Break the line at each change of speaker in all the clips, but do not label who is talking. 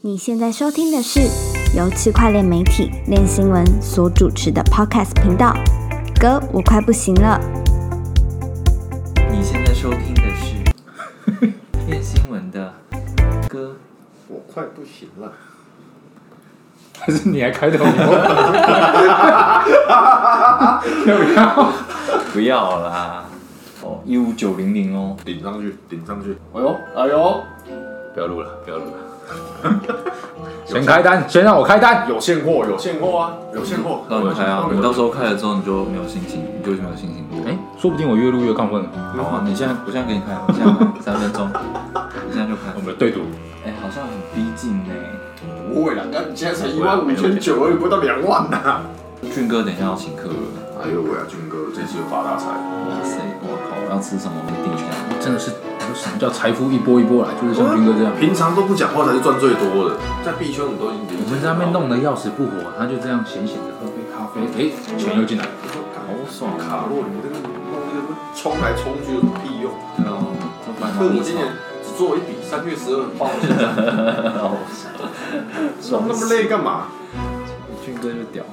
你现在收听的是由区块链媒体链新闻所主持的 Podcast 频道。哥，我快不行了。
你现在收听的是 练新闻的歌，
我快不行了，
还是你来开 头？要不要？
不要啦！哦，一五九零零哦，
顶上去，顶上去，
哎呦，哎呦，
不要录了，不要录了，
先开单，先让我开单。
有现货，有现货啊，有现货，
让你开啊！你到时
候
候开了之后你就没有信心，你就没有信心录。
哎，说不定我越录越亢奋了。
好啊，你现在我现在给你开，我现在 开三分钟，你现在就开
我。们对赌，
哎，好像很逼近呢。
不会啦，那你现在才一万五千九而已，不到两万呐！
俊哥，等一下要请客了。
哎呦喂啊，军哥，这次发大财，
哇塞，我靠，我要吃什么？我定一下。
真的是什么叫财富一波一波来，就是像军哥这样。
平常都不讲话才是赚最多的，在币圈我们都已经
我们在那边弄得要死不活，他就这样闲闲的喝杯咖啡，哎，钱又进来了。
好爽啊！
卡洛，你这个弄这个冲来冲去有什么屁用？
对啊，这蛮好
可我
的
今年啊只做一笔，三月十二很抱歉，
爽
弄那么累干嘛？
俊哥就屌。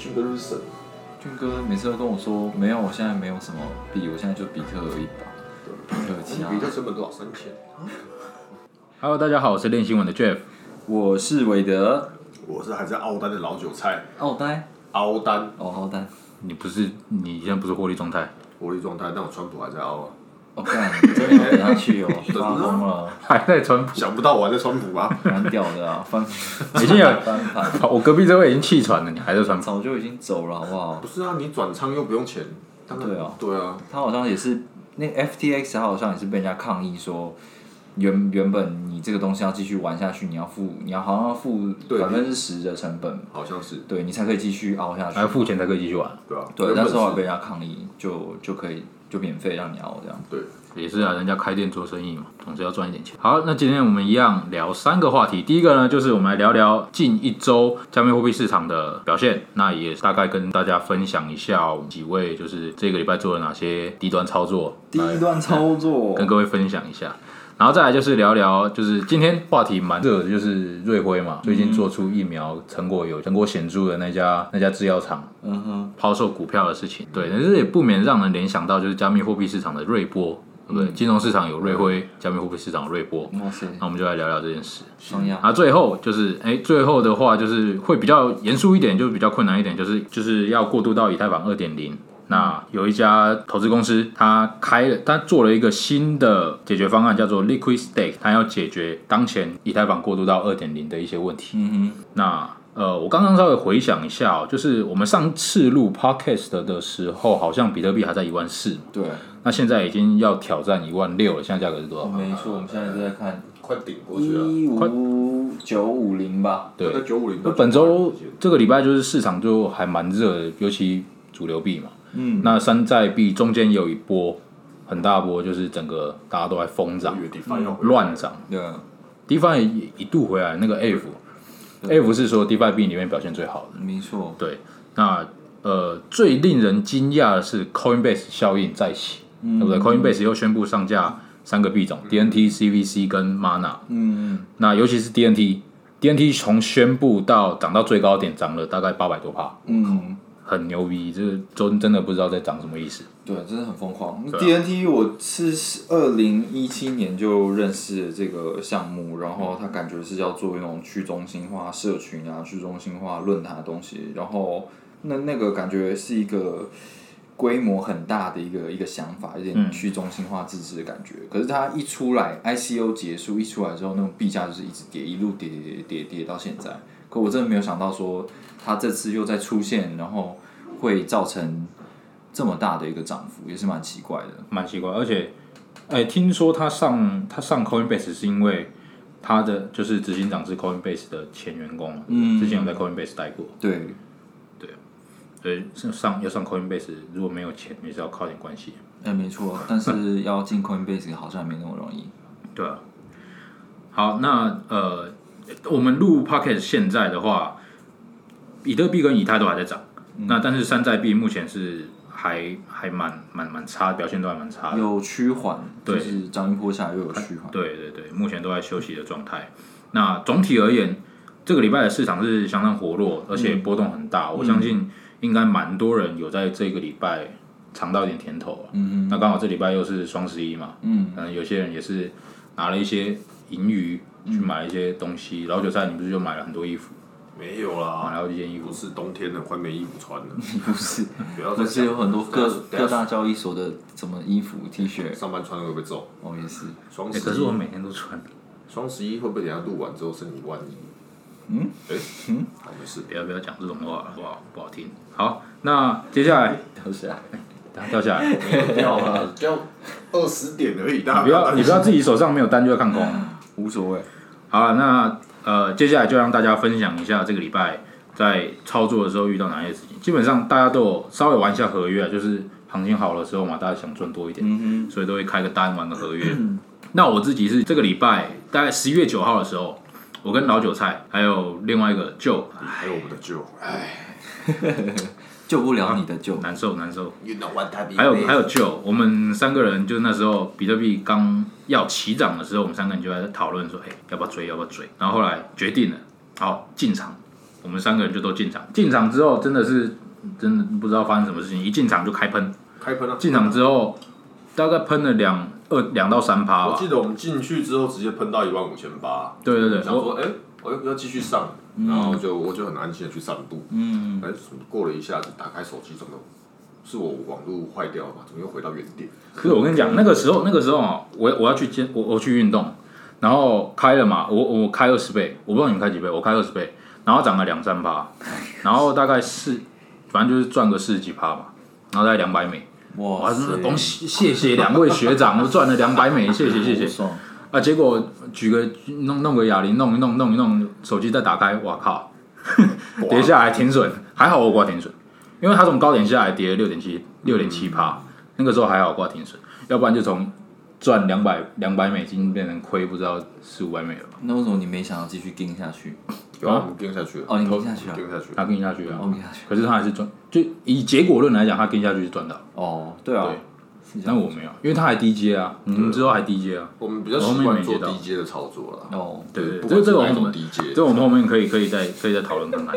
军哥就是神，
俊哥每次都跟我说，没有，我现在没有什么币，我现在就比特而已吧，比特啊其他
比。特成本多少？三千。
Hello，大家好，我是练新闻的 Jeff。
我是韦德，
我是还在澳丹的老韭菜，
奥丹，
凹单
哦，奥丹，
你不是你现在不是获利状态？
活力状态，但我川普还在凹啊。
哦干，真的要给他去哦，发疯了，
还在川普？
想不到我还在川 普吧？
蛮屌的啊，翻
已经有
翻盘，
哦我隔壁这位已经气喘了，你还在川普？
早就已经走了，好不好
不？是啊，你转仓又不用钱，当然
对啊
对啊，
他好像也是，那个 FTX 他好像也是被人家抗议说。原原本你这个东西要继续玩下去，你要付，你要好像要付
对
百分之十的成本，
好像是
对你才可以继续熬下去。
还要付钱才可以继续玩？
对啊，
对，
原本
但
是
是后来被人家抗议，就就可以就免费让你熬这样。
对，
也是啊，人家开店做生意嘛，总是要赚一点钱。好，那今天我们一样聊三个话题。第一个呢，就是我们来聊聊近一周加密货币市场的表现，那也大概跟大家分享一下哦几位就是这个礼拜做了哪些低端操作，
第一段操作
跟各位分享一下。然后再来就是聊聊，就是今天话题蛮热的，就是瑞辉嘛，最
嗯
近做出疫苗成果有成果显著的那家那家制药厂，
嗯哼，
抛售股票的事情，对，但是也不免让人联想到就是加密货币市场的瑞波，对
嗯
不对？金融市场有瑞辉，加密货币市场有瑞波，
哇塞，
那我们就来聊聊这件事。
双压，
啊，最后就是，哎，最后的话就是会比较严肃一点，就是比较困难一点，就是就是要过渡到以太坊二点零。那有一家投资公司，它开了，它做了一个新的解决方案，叫做 Liquid Stake，它要解决当前以太坊过渡到二点零的一些问题。
嗯哼，
那呃，我刚刚稍微回想一下、哦，就是我们上次录 podcast 的时候，好像比特币还在一万四，
对，
那现在已经要挑战一万六了，现在价格是多少？
没错，我们现在就在看
快顶过去了，
一五九五零吧，
对
在，九五零
那本周这个礼拜就是市场就还蛮热的，尤其主流币嘛，
嗯，
那山寨币中间有一波很大波，就是整个大家都在疯涨、嗯
月底翻要回来
乱涨
对，
，DeFi 也一度回来，那个 F，F 是说 DeFi 币里面表现最好的。
没错，
对，那呃，最令人惊讶的是 Coinbase 效应再起，对不对？Coinbase 又宣布上架三个币种 DNT、CVC 跟 Mana。
嗯，
那尤其是 DNT。DNT 从宣布到涨到最高点，涨了大概八百多帕，
嗯，
很牛逼，这个真真的不知道在涨什么意思。
对，真的很疯狂。DNT 我是二零一七年就认识了这个项目，然后它感觉是要做那种去中心化社群啊、去中心化论坛的东西，然后那那个感觉是一个规模很大的一个一个想法，有点去中心化自治的感觉。可是它一出来，ICO 结束一出来之后，那种币价就是一直跌，一路跌跌跌跌跌到现在。可我真的没有想到说它这次又再出现，然后会造成这么大的一个涨幅，也是蛮奇怪的。
蛮奇怪，而且，哎、听说他上他上 Coinbase 是因为他的就是执行长是 Coinbase 的前员工嘛，
嗯
之前有在 Coinbase 待过，
对，
所以上要上 Coinbase，如果没有钱，也是要靠点关系。
哎，没错， 但是要进 Coinbase 好像没那么容易。
对啊。好，那呃，我们录 Pocket 现在的话，比特币跟以太都还在涨，那但是山寨币目前是还还蛮蛮蛮差，表现都还蛮差的。
有趋缓，就
对
是涨一波下来又有趋缓。
对对对，目前都在休息的状态。那总体而言，这个礼拜的市场是相当活络，而且波动很大。我相信应该蛮多人有在这个礼拜尝到一点甜头啊。
嗯
那刚好这礼拜又是双十一嘛，
嗯
可能有些人也是拿了一些盈余去买一些东西。老韭菜，你不是就买了很多衣服，啊
没有
买
啦，
了好几件衣服
不？是冬天了，快没衣服穿了。
不是，
不要再
不是有很多各
等下
各大交易所的什么衣服、T 恤，
上班穿会被揍。
哦也是，
双
哎、
十一，
可是我每天都穿，
双十一会不会等一下录完之后剩一万一？
嗯，
哎，嗯，好没事。
不要不要讲这种话，好不好？不好听。好，那接下来
都是啊，
等 下掉下来，
哎
掉了，掉
二十点而已，大家
你不要你不要自己手上没有单就要看空。啊
无所谓。
好了，那呃，接下来就让大家分享一下这个礼拜在操作的时候遇到哪些事情。基本上大家都有稍微玩一下合约啊，就是行情好的时候嘛，大家想赚多一点，
嗯
所以都会开个单玩个合约。那我自己是这个礼拜大概十一月九号的时候，我跟老韭菜还有另外一个就
还有我们的旧，哎
哼，救不了你的救，
难受难受，
，You know what time？
还有还有就我们三个人就那时候比特币刚要起涨的时候，我们三个人就在讨论说，哎、要不要追，要不要追？然后后来决定了，好进场，我们三个人就都进场。进场之后真的是真的不知道发生什么事情，一进场就开喷，
开喷了。啊
进场之后大概喷了两二两到三趴
我
吧
记。得我们进去之后直接喷到一万五千八，
对对嗯对，
想说哎，我要要继续上，然后就我就很安心的去散步。
嗯，
哎，怎么过了一下子，打开手机，怎么是我网络坏掉了吗？怎么又回到原点？
可是我跟你讲，那个时候那个时候啊，我我要去健，我我去运动，然后开了嘛，我我开二十倍，我不知道你们开几倍，我开二十倍，然后涨了两三趴，然后大概四，反正就是赚个四十几趴嘛，然后大概两百美，
哇
哇，
塞，
恭喜谢谢两位学长，我赚了两百美，谢谢谢
好
谢
爽，
啊！结果举个弄弄个哑铃，弄一弄弄一弄，手机再打开，哇靠， 跌下来停损，还好我挂停损，因为它从高点下来跌了六点七六点七趴，那个时候还好挂停损，要不然就从赚两百两百美金变成亏不知道四五百美了吧，
那为什么你没想要继续跟下去？
有啊，我们跟下去了。
哦你跟下去了
跟下去了。
它跟下去了
哦，跟下去，
可是它还是赚，就以结果论来讲，它跟下去是赚到，
哦，对啊，是这
但
样
我没有，因为它还低阶啊，你们之后还低阶啊，
我们比较习惯做低阶的操作了。
哦，
对对，
不管
对这
是
这个我
哪一
们
种低阶，
这我们后面可以可以再可以再讨 论看看。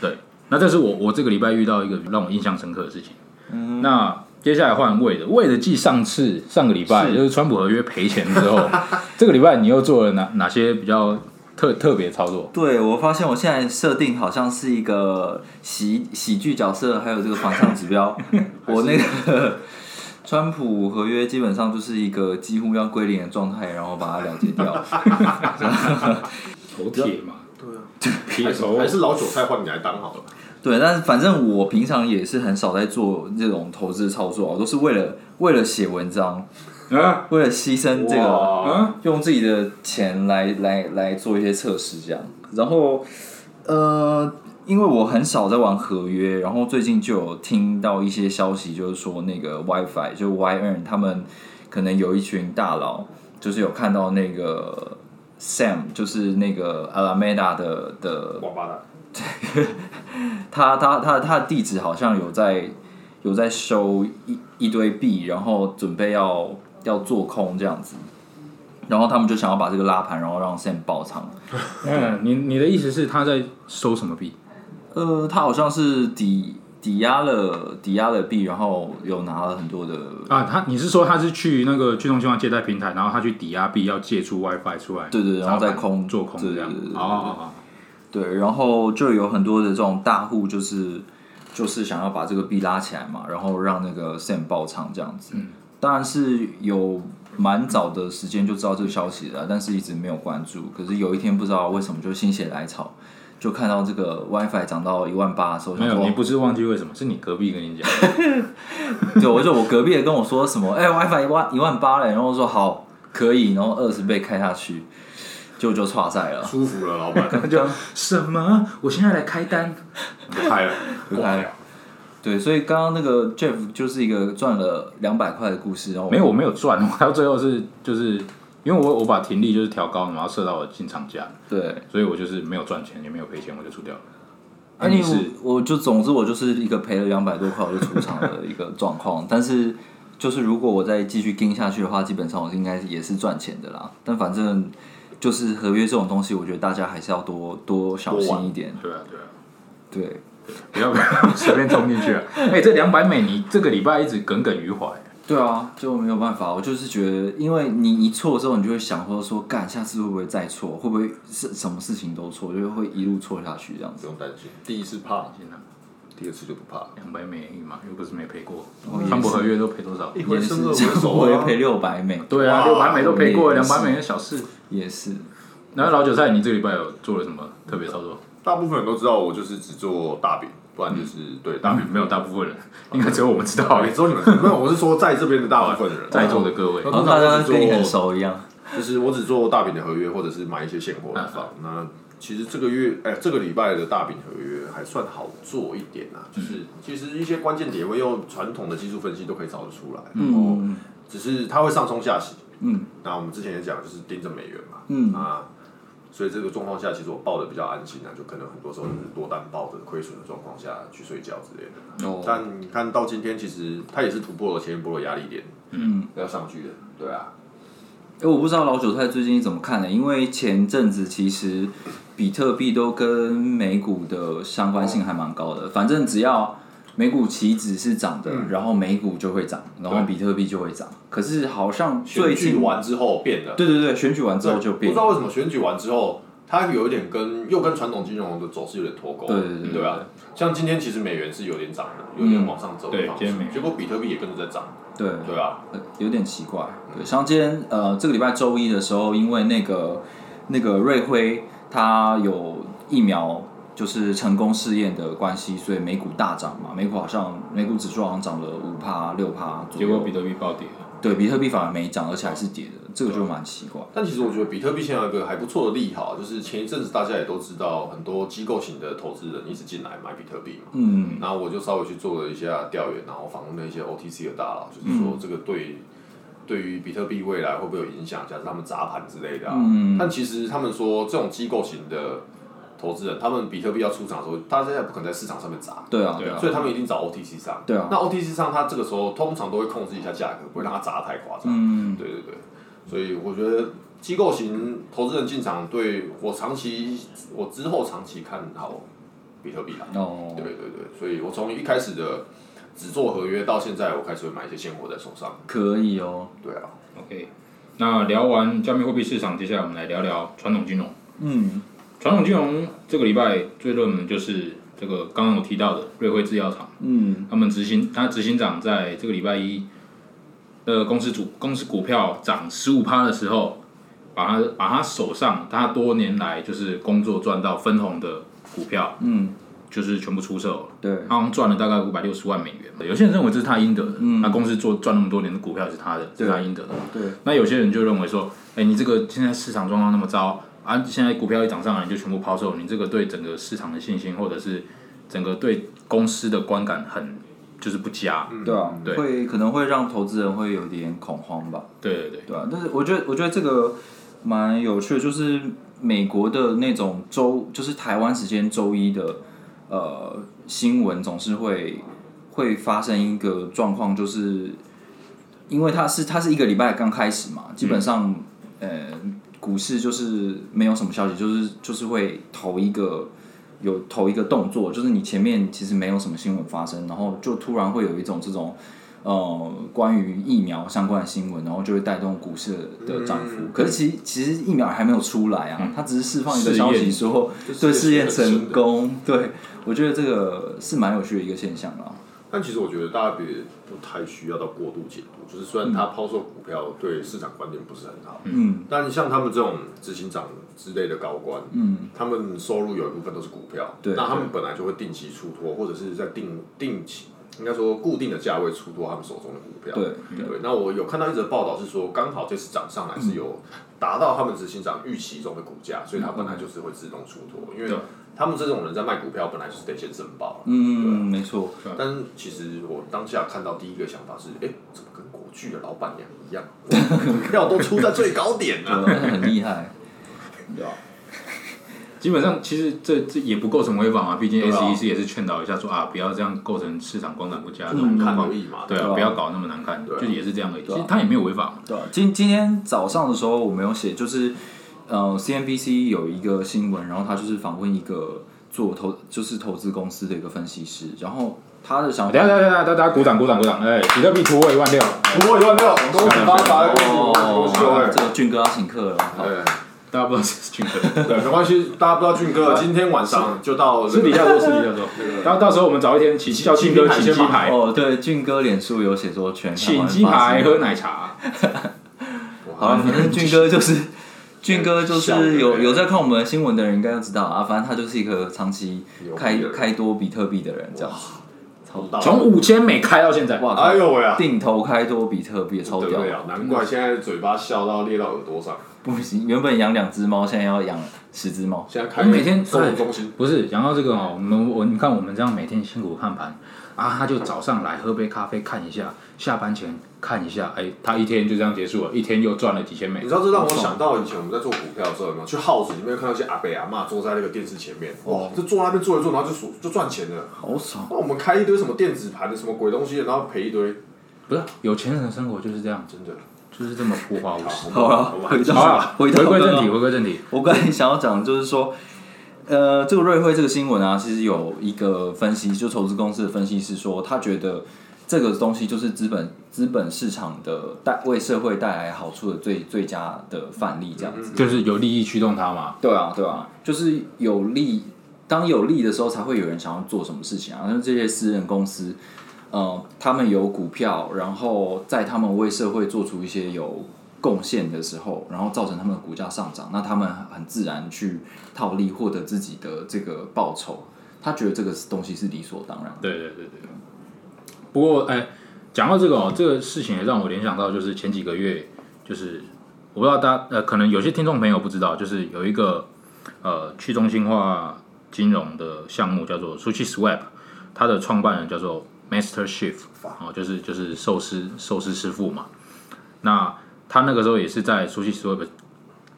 对，那这是我我这个礼拜遇到一个让我印象深刻的事情。
嗯
那接下来换魏的，魏的继上次上个礼拜就是川普合约赔钱之 后，这个礼拜你又做了哪哪些比较特特别操作？
对，我发现我现在设定好像是一个喜喜剧角色，还有这个反向指标。我那个川普合约基本上就是一个几乎要归零的状态，然后把它了结掉。
头铁嘛，
对啊，
铁
还是还是老韭菜换你来当好了。
对，但是反正我平常也是很少在做这种投资操作啊，我都是为了为了写文章，
啊
为了牺牲这个
哇，
用自己的钱来来来做一些测试这样。然后，呃，因为我很少在玩合约，然后最近就有听到一些消息，就是说那个 WiFi 就是 YN 他们可能有一群大佬，就是有看到那个 Sam，就是那个 Alameda 的的
王八蛋，
他他他他的地址好像有在有在收一一堆币，然后准备要要做空这样子，然后他们就想要把这个拉盘，然后让 Sam 爆仓。
嗯，你你的意思是他在收什么币？
呃，他好像是抵抵押了抵押了币，然后有拿了很多的，
啊，他你是说他是去那个去中心化借贷平台，然后他去抵押币要借出 WiFi 出来，
对对然后再
把
空
做空
对
这样哦
对对，对
好好好，
对，然后就有很多的这种大户就是就是想要把这个币拉起来嘛，然后让那个 Sam 爆仓这样子。
嗯
当然是有蛮早的时间就知道这个消息了，但是一直没有关注。可是有一天不知道为什么就心血来潮，就看到这个 WiFi 涨到一万八的时候，
没
想
有，
说
你不是忘记为什么，是你隔壁跟你讲。
对，我就我隔壁也跟我说什么，哎、w i f i 一万一万八嘞，然后我说好可以，然后二十倍开下去，就就岔赛了。
舒服了，老 板，
就什么？我现在来开单。
不开了， 不
开
开
了
了。
对，所以刚刚那个 Jeff 就是一个赚了两百块的故事，然后我
没有，我没有赚， 我到最后是就是因为我我把停利就是调高，然后设到我进场价，
对，
所以我就是没有赚钱，也没有赔钱，我就出掉了。
那
那
啊你
你是
我我就总之我就是一个赔了两百多块我就出场的一个状况，但是就是如果我再继续跟下去的话，基本上我应该也是赚钱的啦。但反正就是合约这种东西，我觉得大家还是要多多小心一点。
对啊，对啊，
对，
不要不要随便冲进去 啊！哎、这两百美你这个礼拜一直耿耿于怀，
对啊，就没有办法。我就是觉得，因为你一错之后，你就会想说说，干下次会不会再错？会不会是什么事情都错，就会一路错下去这样
不
子。
用担心。第一次怕，第二次就不怕了。
两百美而已嘛，又不是没赔过
哦也。是
康柏合约都赔多少？
回生二
也是
回熟啊
我也赔六百美，
对啊，
哇
六百美都赔过，
也
两
是
百美的小事。
也是。
然后老韭菜，你这个礼拜有做了什么特别操作？
大部分人都知道我就是只做大饼，不然就是、对大
大
饼。
啊没有大部分人，应该只有我们知道
好，也只有你们知道没有，我是说在这边的大部分的人，
在座的各位。
哦
然后大家跟你很熟一样，
就是我只做大饼的合约，或者是买一些现货来放。
嗯
那其实这个月，哎、这个礼拜的大饼合约还算好做一点啊，
嗯
就是其实一些关键点会用传统的技术分析都可以找得出来，然后
嗯
只是它会上冲下洗。
嗯，
那我们之前也讲，就是盯着美元嘛，
嗯
那所以这个状况下，其实我抱的比较安心啊，就可能很多时候就是多单抱着亏损的状况下去睡觉之类的。
哦，
但你看到今天，其实它也是突破了前一波的压力点，
嗯，
要上去的，对啊。
哎，我不知道老韭菜最近怎么看呢？因为前阵子其实比特币都跟美股的相关性还蛮高的，反正只要美股期指是涨的，然后美股就会涨，然后比特币就会涨。可是好像最
选举
近，
完之后变的，
对对对，选举完之后就
不
变
知，道为什么选举完之后，它有一点跟又跟传统金融的走势有点脱钩，
对对对
对吧？像今天其实美元是有点涨的，有点往上走的
对
方
今天美
式，
元
结果比特币也跟着在涨，
对
对啊，
呃有点奇怪。对，像今天呃，这个礼拜周一的时候，因为那个那个瑞辉他有疫苗就是成功试验的关系，所以美股大涨嘛，美股好像美股指数好像涨了五趴六趴左
结
右，
果比特币暴跌了，
对比特币反而没涨，而且还是跌的，这个就蛮奇怪。
但其实我觉得比特币现在有一个还不错的利好，就是前一阵子大家也都知道，很多机构型的投资人一直进来买比特币嘛。
嗯，
然后我就稍微去做了一下调研，然后访问了一些 OTC 的大佬，就是
嗯
说这个对、对于比特币未来会不会有影响？假设他们砸盘之类的、啊，
嗯
但其实他们说这种机构型的投资人，他们比特币要出场的时候，他现在不可能在市场上面砸，
对啊，
对啊
所以他们一定找 OTC 上。
对啊
那 OTC 上它这个时候通常都会控制一下价格，不会让它砸得太夸张。
嗯，
对对对，所以我觉得机构型投资人进场对我长期，我之后长期看好比特币啦。
哦，
对对对，所以我从一开始的只做合约到现在，我开始会买一些现货在手上。
可以哦，
对啊，
OK，那聊完加密货币市场，接下来我们来聊聊传统金融。
嗯，
传统金融这个礼拜最热门就是这个刚刚有提到的瑞辉制药厂，
嗯，
他们执行他执行长在这个礼拜一的公司主公司股票涨十五趴的时候，把他把他手上他多年来就是工作赚到分红的股票，
嗯，
就是全部出售了。
对，
他好像赚了大概五百六十万美元吧，有些人认为这是他应得的，
嗯
那公司做赚那么多年的股票是他的，是他应得的。
对，
那有些人就认为说，哎、你这个现在市场状况那么糟啊，现在股票一涨上来你就全部抛售，你这个对整个市场的信心或者是整个对公司的观感很就是不佳。
嗯
对啊，
对
会可能会让投资人会有点恐慌吧。
对对对，
对啊，但是我觉得我觉得这个蛮有趣的，就是美国的那种周，就是台湾时间周一的呃新闻总是会会发生一个状况，就是因为它是它是一个礼拜刚开始嘛，基本上、呃股市就是没有什么消息，就是就是会投一个。有投一个动作，就是你前面其实没有什么新闻发生，然后就突然会有一种这种呃关于疫苗相关的新闻，然后就会带动股市的涨幅。可是其其实疫苗还没有出来啊，它只是释放一个消
试
息
验
说
就
对
是
试验
试验
成
成
功，对我觉得这个是蛮有趣的一个现象啊啦。
但其实我觉得大家别不太需要到过度解读，就是虽然他抛售股票对市场观点不是很好，
嗯，
但像他们这种执行长之类的高官，嗯，他们收入有一部分都是股票，
对
那他们本来就会定期出脱，或者是在定定期。应该说固定的价位出脱他们手中的股票，
对
对。那我有看到一则报道是说，刚好这次涨上来是有
嗯
达到他们执行长预期中的股价，所以它本来就是会自动出脱，因为
对
他们这种人在卖股票本来就是得先申报，
嗯，没错，
但是其实我当下看到第一个想法是，哎、怎么跟国巨的老板娘一样，股票都出在最高点呢、
对
啊？
很厉 害。
基本上其实这这也不构成违法嘛，毕竟
对啊
SEC 也是劝导一下说啊，不要这样构成市场观感不佳这种
难
状
看
况
而。已嘛。
对
吧
啊，
对啊
不要搞那么难看，
对啊
就也是这样而已。其
啊
实他也没有违法嘛。
对啊，今今天早上的时候我没有写，就是呃，CNBC 有一个新闻，然后他就是访问一个做投就是投资公司的一个分析师，然后他的想
等一下
法
等一下等一下，大家鼓掌鼓掌鼓掌！哎，比特币突破一万六，哎
不过一万六，
恭喜发财，恭喜恭
哦
喜恭，喜！
这个俊哥要请客了，好
对
大家不知道是 群哥，
对，没关系，大家不知道俊哥今天晚上就到
私底下说私底下说，到到时候我们找一天请叫俊哥
请
请
鸡排
鸡排，
哦，对，俊哥脸书有写说全台
请
湾
鸡
发生
排喝奶茶，
好了，反正俊哥就是俊哥就
笑对
是有有在看我们新闻的人应该都知道啊，反正他就是一个长期
有
开
币的人
开多比特币的人，这样子
到
从五千美开到现在，哇，
哇，
哎呦喂啊，
定投开多比特币超
对啊
屌
不，了，难怪现在嘴巴笑到裂到耳朵上，
不行，原本养两只猫，现在要养十只猫，
现在开
我每天哎
收容中心，
不是讲到这个哦，我们我你看我们这样每天辛苦看盘啊，他就早上来喝杯咖啡看一下，下班前看一下，哎，他一天就这样结束了，一天又赚了几千美
你知，道这让我想到以前我们在做股票的时候有没有，去 house 里面看到一些阿伯阿嬷坐在那个电视前面，哇，就坐在那边坐一坐，然后就数就赚钱了。
好爽。
那我们开一堆什么电子盘的什么鬼东西的，然后赔一堆，
不是有钱人的生活就是这样，
真的。
就是这么浮华无实。
好啊了
我，们
回到
好了，
回
回
到
归 正
刚
题，
刚
回归正题。
我刚才想要讲的就是说，呃，这个瑞辉这个新闻啊，其实有一个分析，就投资公司的分析师说，他觉得这个东西就是资本资本市场的带为社会带来好处的最最佳的范例，这样子。
就是有利益驱动它嘛。
对啊，对啊，就是有利，当有利的时候，才会有人想要做什么事情啊。像这些私人公司，呃，他们有股票，然后在他们为社会做出一些有贡献的时候，然后造成他们的股价上涨，那他们很自然去套利，获得自己的这个报酬。他觉得这个东西是理所当然的。
对对对对。不过，哎，讲到这个哦，这个事情也让我联想到，就是前几个月，就是我不知道大家呃，可能有些听众朋友不知道，就是有一个呃去中心化金融的项目叫做 Sushi Swap，它的创办人叫做 Master Chef，哦，就是就是寿司寿司师傅嘛。那他那个时候也是在 Sushi Swap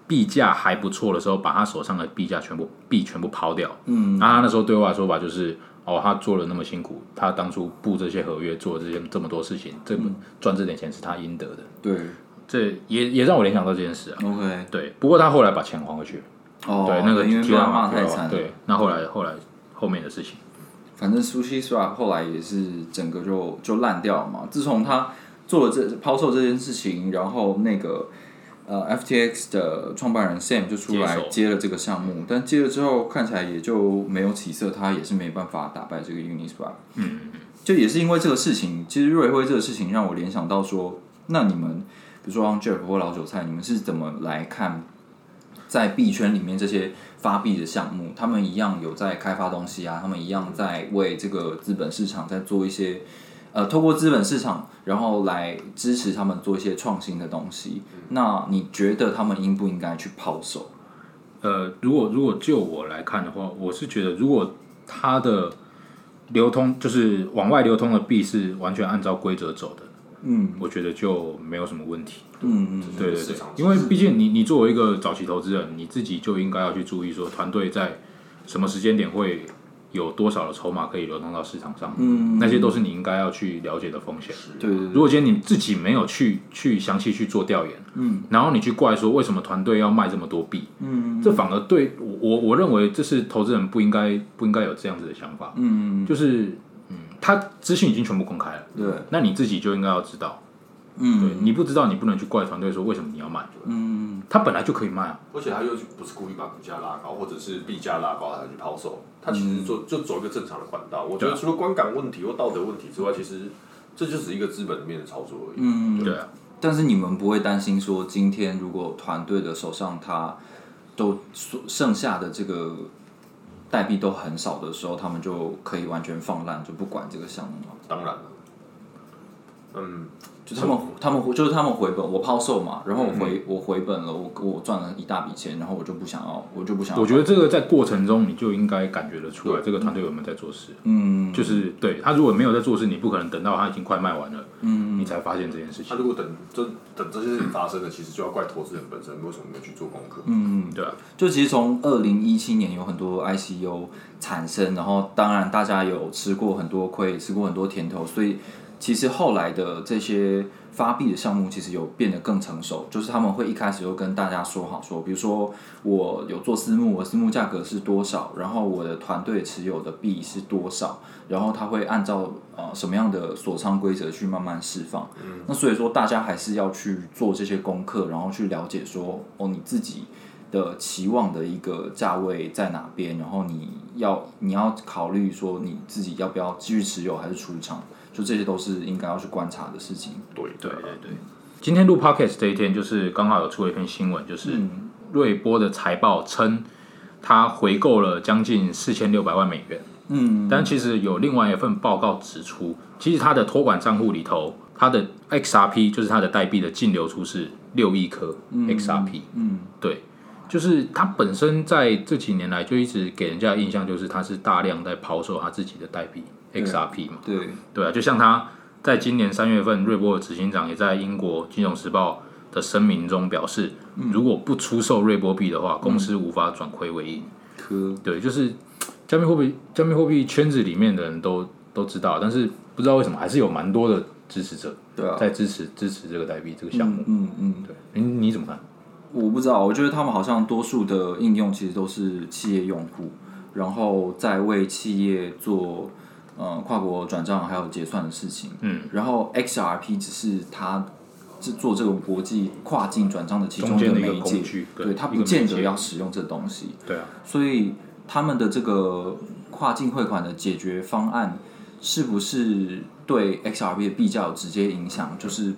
币价还不错的时候，把他手上的币价全部币全部抛掉。嗯，那他那时候对外的说法就是，哦，他做了那么辛苦，他当初布这些合约，做这些这么多事情，这么赚这点钱是他应得的。
对
这也也让我联想到这件事啊。
，OK，
对，不过他后来把钱还回去，
哦，
对那个
因为
提
被
拉
他
马
骂
提拉
太
瓦
惨了。
对，那后来后来后面的事情，
反正 Sushi Swap 后来也是整个就就烂掉了嘛。自从他做了这抛售这件事情，然后那个呃 FTX 的创办人 Sam 就出来
接手
接了这个项目，但接了之后看起来也就没有起色，他也是没办法打败这个 Uniswap。嗯，就也是因为这个事情，其实瑞辉这个事情让我联想到说，那你们比如说像 Jeff 或老韭菜，你们是怎么来看在币圈里面这些发币的项目，他们一样有在开发东西啊，他们一样在为这个资本市场在做一些，呃，透过资本市场，然后来支持他们做一些创新的东西。那你觉得他们应不应该去抛售？
呃，如果如果就我来看的话，我是觉得如果它的流通就是往外流通的币是完全按照规则走的，
嗯
我觉得就没有什么问题。
嗯嗯，
对对
市
对
场，
因为毕竟你你作为一个早期投资人，你自己就应该要去注意说团队在什么时间点会有多少的筹码可以流通到市场上，
嗯
那些都是你应该要去了解的风险。
对对
如
对，
果今天你自己没有去去详细去做调研，
嗯，
然后你去怪说为什么团队要卖这么多币，
嗯
这反而对我我我认为这是投资人不应该不应该有这样子的想法，
嗯
就是嗯，他资讯已经全部公开了，
对，
那你自己就应该要知道，对
嗯
你不知道你不能去怪团队说为什么你要卖，
嗯
他本来就可以卖啊，
而且他又不是故意把股价拉高，或者是币价拉高才去抛售，他其实做就走一个正常的管道。我觉得除了观感问题或道德问题之外，其实这就只是一个资本面的操作而已。
嗯，
对啊，
但是你们不会担心说，今天如果团队的手上他都所剩下的这个代币都很少的时候，他们就可以完全放烂，就不管这个项目吗？
当然了，嗯，
就他们他们就是他们回本，我抛售嘛，然后我
嗯
回、我回本了，我我赚了一大笔钱，然后我就不想要，我就不想要。
我觉得这个在过程中你就应该感觉得出来这个团队有没有在做事，
嗯，
就是对他如果没有在做事，你不可能等到他已经快卖完了，嗯，你才发现这件事
他
情，
如果等这等这些事情发生了，其实就要怪投资人本身为什么没有去做功课。
嗯，
对啊，
就其实从二零一七年有很多 ICU 产生，然后当然大家有吃过很多亏，吃过很多甜头，所以其实后来的这些发币的项目其实有变得更成熟，就是他们会一开始就跟大家说好说，比如说我有做私募，我私募价格是多少，然后我的团队持有的币是多少，然后他会按照呃什么样的锁仓规则去慢慢释放。那所以说大家还是要去做这些功课，然后去了解说哦你自己。的期望的一个价位在哪边，然后你要你要考虑说你自己要不要继续持有还是出场，就这些都是应该要去观察的事情。
对对对对，
今天录 podcast 这一天，就是刚好有出了一篇新闻，就是
嗯
瑞波的财报称它回购了将近四千六百万美元。
嗯，
但其实有另外一份报告指出，其实它的托管账户里头，它的 XRP 就是它的代币的净流出是六亿颗 XRP。
嗯，
对，就是它本身在这几年来就一直给人家的印象就是它是大量在抛售它自己的代币 XRP 嘛。
对，
对啊，就像他在今年三月份，瑞波的执行长也在英国金融时报的声明中表示，
嗯
如果不出售瑞波币的话，公司无法转亏为盈。
科
对，就是加密货币，加密货币圈子里面的人都都知道，但是不知道为什么还是有蛮多的支持者
对啊，
在支持支持这个代币这个项目。
嗯嗯，
对，你你怎么看？
我不知道，我觉得他们好像多数的应用其实都是企业用户，然后再为企业做呃跨国转账还有结算的事情。
嗯，
然后 XRP 只是它是做这种国际跨境转账的其中
中间的一个
媒介
工具，跟
对它
一
不
个
见
媒
得
介
要使用这东西。
对啊，
所以他们的这个跨境汇款的解决方案，是不是对 XRP 的币价有直接影响？就是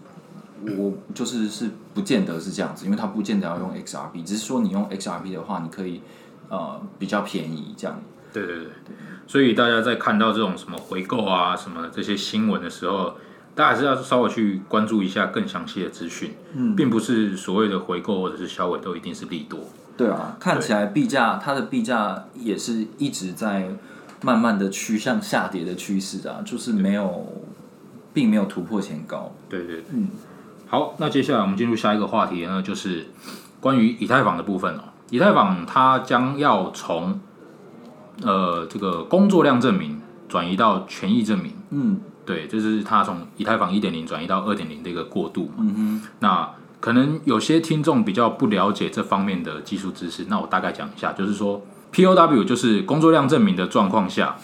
我就是是不见得是这样子，因为它不见得要用 XRP，只是说你用 XRP 的话，你可以呃比较便宜这样。
对对对，所以大家在看到这种什么回购啊、什么这些新闻的时候，大家还是要稍微去关注一下更详细的资讯，嗯，并不是所谓的回购或者是销毁都一定是利多，
对啊，看起来币价它的币价也是一直在慢慢的趋向下跌的趋势啊，就是没有，并没有突破前高。
对对对，嗯，好，那接下来我们进入下一个话题呢，就是关于以太坊的部分哦。以太坊它将要从呃这个工作量证明转移到权益证明，
嗯
对，就是它从以太坊一点零转移到二点零这个过渡嘛。
嗯哼，
那可能有些听众比较不了解这方面的技术知识，那我大概讲一下，就是说 POW 就是工作量证明的状况下，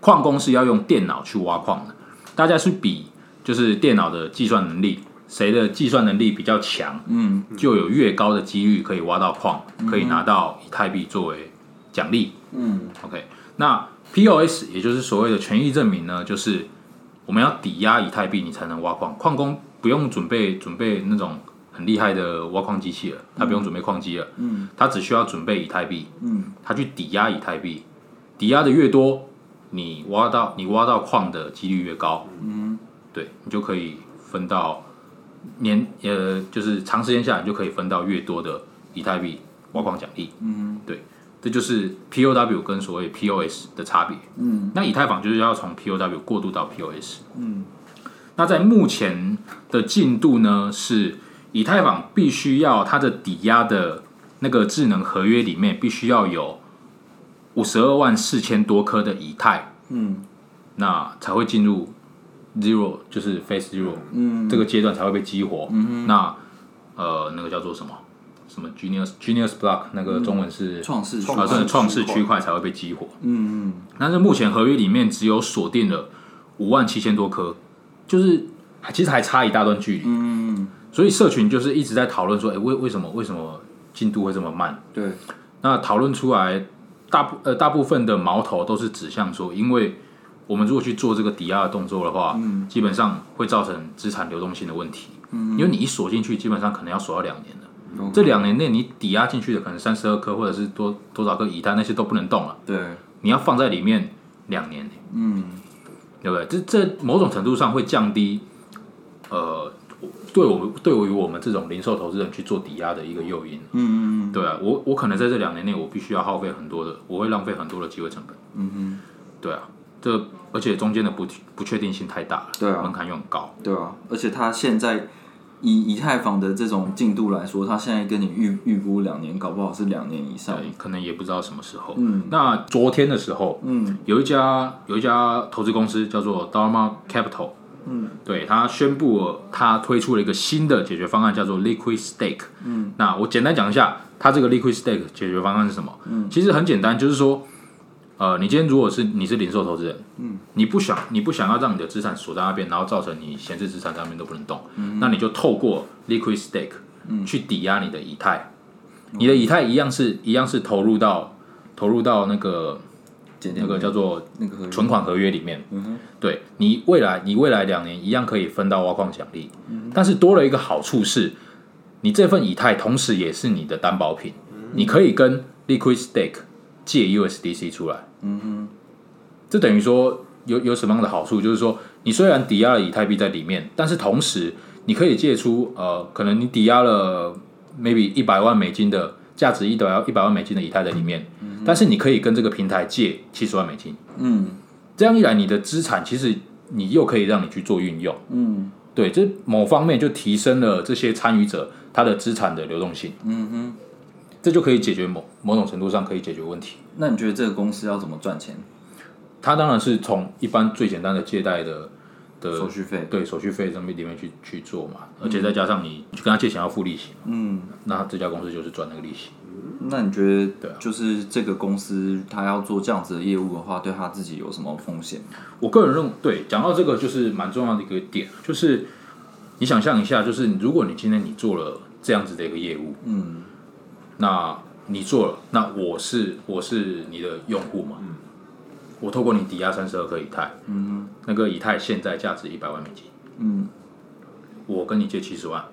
矿工是要用电脑去挖矿的，大家是比就是电脑的计算能力，谁的计算能力比较强，
嗯
就有越高的几率可以挖到矿，可以拿到以太币作为奖励。
嗯
OK，那 POS 也就是所谓的权益证明呢，就是我们要抵押以太币，你才能挖矿。矿工不用准备准备那种很厉害的挖矿机器了，他不用准备矿机了，
嗯
他只需要准备以太币，
嗯
他去抵押以太币，抵押的越多，你挖到你挖到矿的几率越高，
嗯，
对你就可以分到年呃，就是长时间下来你就可以分到越多的以太币挖矿奖励。
嗯
这就是 POW 跟所谓 POS 的差别。
嗯，
那以太坊就是要从 POW 过渡到 POS。
嗯，
那在目前的进度呢，是以太坊必须要它的抵押的那个智能合约里面必须要有五十二万四千多颗的以太，
嗯
那才会进入 Zero，就是 Phase Zero、
嗯，
这个阶段才会被激活。嗯、那呃，那个叫做什么？什么 Genius Genius Block？那个中文是
嗯创世
啊，这
世
个创世区块才会被激活。
嗯
但是目前合约里面只有锁定了五万七千多颗，就是其实还差一大段距离。
嗯嗯，
所以社群就是一直在讨论说，哎、为为什么为什么进度会这么慢？
对，
那讨论出来大部呃大部分的矛头都是指向说，因为我们如果去做这个抵押的动作的话，
嗯
基本上会造成资产流动性的问题。
嗯
因为你一锁进去，基本上可能要锁到两年了。
OK
这两年内你抵押进去的可能三十二颗或者是多多少颗以太那些都不能动了。
对，
你要放在里面两年，
嗯
对不对？这这某种程度上会降低，呃，对我们对于我们这种零售投资人去做抵押的一个诱因。
嗯嗯
对啊，我我可能在这两年内，我必须要耗费很多的，我会浪费很多的机会成本。
嗯嗯，
对啊，这而且中间的不不确定性太大了，
对啊
门槛又很高。
对啊，而且他现在以以太坊的这种进度来说，他现在跟你预预估两年，搞不好是两年以上。
对，可能也不知道什么时候。
嗯
那昨天的时候，
嗯
有一家有一家投资公司叫做 Dharma Capital，嗯，对，它宣布了它推出了一个新的解决方案，叫做 Liquid Stake。嗯，那我简单讲一下，它这个 Liquid Stake 解决方案是什么？嗯，其实很简单，就是说，呃，你今天如果是你是零售投资人，嗯，你不想你不想要让你的资产锁在那边，然后造成你闲置资产在那边都不能动，嗯、那你就透过 Liquid Stake、去抵押你的以太，你的以太一样是一样是投入到投入到那个那个叫做
那个合约
存款合约里面，对你未来你未来两年一样可以分到挖矿奖励，但是多了一个好处是，你这份以太同时也是你的担保品，你可以跟 Liquid Stake 借 USDC 出来，嗯哼，这等于说有有什么样的好处？就是说你虽然抵押了以太币在里面，但是同时你可以借出呃，可能你抵押了 maybe 一百万美金的。价值一百一百万美金的以太在里面，但是你可以跟这个平台借七十万美金，
嗯
这样一来，你的资产其实你又可以让你去做运用，
嗯
对，这某方面就提升了这些参与者他的资产的流动性，
嗯哼。
这就可以解决某某种程度上可以解决问题。
那你觉得这个公司要怎么赚钱？
它当然是从一般最简单的借贷的的
手续费？
对手续费上面里面去去做嘛，而且再加上你去跟他借钱要付利息嘛，
嗯，
那这家公司就是赚那个利息。
那你觉
对
得
啊
就是这个公司它要做这样子的业务的话，对他自己有什么风险吗？
我个人认对，讲到这个就是蛮重要的一个点，就是你想象一下，就是如果你今天你做了这样子的一个业务，
嗯，
那你做了，那我是我是你的用户嘛，嗯，我透过你抵押三十二颗以太，嗯，那个以太现在价值一百万美金，
嗯，
我跟你借七十万，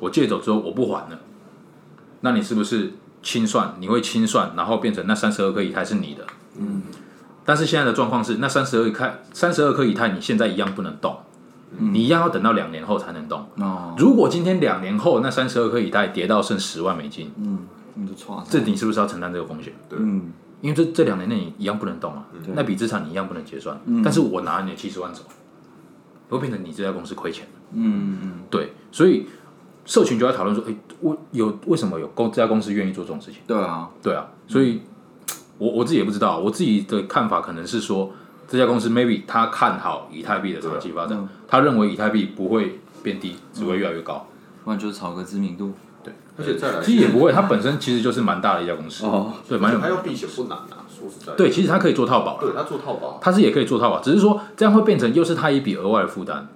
我借走之后我不还了，那你是不是清算？你会清算，然后变成那三十二颗以太是你的，嗯，但是现在的状况是，那三十二颗三十二颗以太你现在一样不能动，你一样要等到两年后才能动。
嗯哦，
如果今天两年后那三十二颗以太跌到剩十万美金，
嗯，你就错了。
这你是不是要承担这个风险？
嗯
因为这这两年内你一样不能动啊，那笔资产你一样不能结算，
嗯
但是我拿你的七十万走，会变成你这家公司亏钱。
嗯
对，所以社群就在讨论说，哎、我有为什么有公这家公司愿意做这种事情
嗯，？对啊，
对啊，所以我我自己也不知道，我自己的看法可能是说，这家公司 maybe 他看好以太币的长期发展，
啊嗯
他认为以太币不会变低，只会越来越高。
不然就是炒个知名度。
对，而且再来，
其实也不会，它本身其实就是蛮大的一家公司，
哦
对，蛮有
他要避险不难啊，说实在，
对，，其实它可以做套保啦
对他做套保，
他是也可以做套啊，只是说这样会变成又是他一笔额外的负担，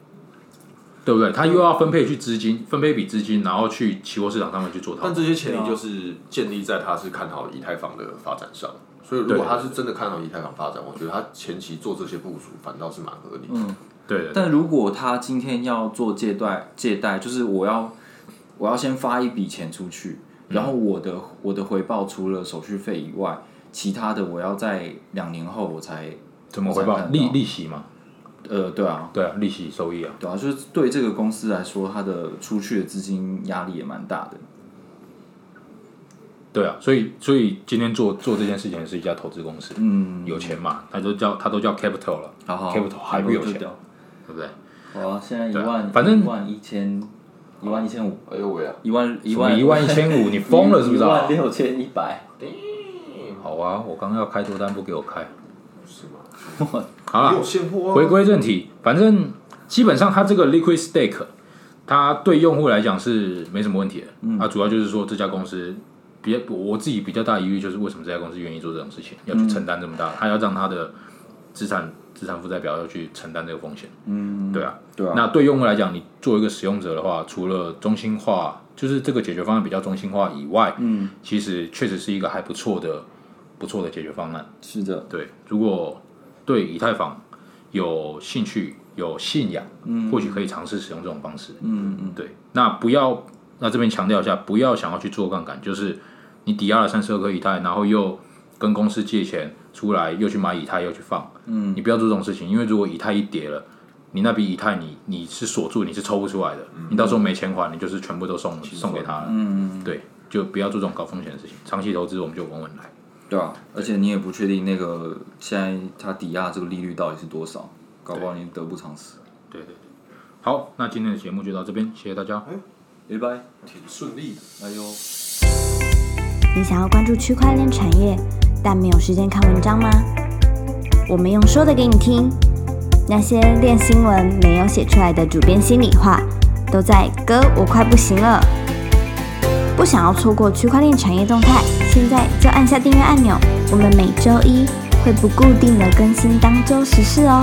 对不对？他又要分配去资金，分配一笔资金，然后去期货市场上面去做套
但。这些前提就是建立在他是看好以太坊的发展上。所以，如
对
果他是真的看好以太坊发展，我觉得他前期做这些部署反倒是蛮合理的。
对对对
但如果他今天要做借贷，借贷就是我要我要先发一笔钱出去，然后我的我的回报除了手续费以外，其他的我要在两年后我才
怎么回
我才
报
看得
利
到
利息嘛？
呃对啊
对啊，利息收益啊。
对啊，就是对这个公司来说，它的出去的资金压力也蛮大的。
对啊，所以所以今天做做这件事情的是一家投资公司，
嗯，
有钱嘛，他都叫他都叫 capital 了，
好好
capital 还不有钱
就掉
对不对？
好啊，现在一
对啊
万，
反正
一万一千，一万一千五，
哎呦喂啊！
一万一
什么
万
一万一千五，你疯了是不是
一
啊
万？六千一百，
好啊，我刚刚要开多单不给我开，
是吗？
好了
也，有现货啊，
回归正题，反正基本上它这个 Liquid Stake，它对用户来讲是没什么问题的。嗯，啊，主要就是说这家公司比较，我自己比较大疑虑就是为什么这家公司愿意做这种事情，要去承担这么大，它要让它的资产资产负债表要去承担这个风险。嗯，对啊，
对啊
那对用户来讲，你作为一个使用者的话，除了中心化，就是这个解决方案比较中心化以外，嗯，其实确实是一个还不错的不错的解决方案。
是的，
对，如果对以太坊有兴趣、有信仰，嗯，或许可以尝试使用这种方式。
嗯嗯，
对，那不要，那这边强调一下，不要想要去做杠杆，就是你抵押了三十二颗以太，然后又跟公司借钱出来，又去买以太，又去放，嗯，你不要做这种事情，因为如果以太一跌了。你那笔以太你，你是锁住，你是抽不出来的。你到时候没钱还，你就是全部都送送给他了。嗯，对，就不要做这种高风险的事情。长期投资我们就稳稳来。
对啊，而且你也不确定那个现在它抵押这个利率到底是多少，搞不好你得不偿失。
对对对，好，那今天的节目就到这边，谢谢大家。
拜拜，
挺顺利的。
哎呦。
你想要关注区块链产业，但没有时间看文章吗？我们用说的给你听。那些练新闻没有写出来的主编心里话，都在“哥，我快不行了”。不想要错过区块链产业动态，现在就按下订阅按钮。我们每周一会不固定的更新当周时事哦。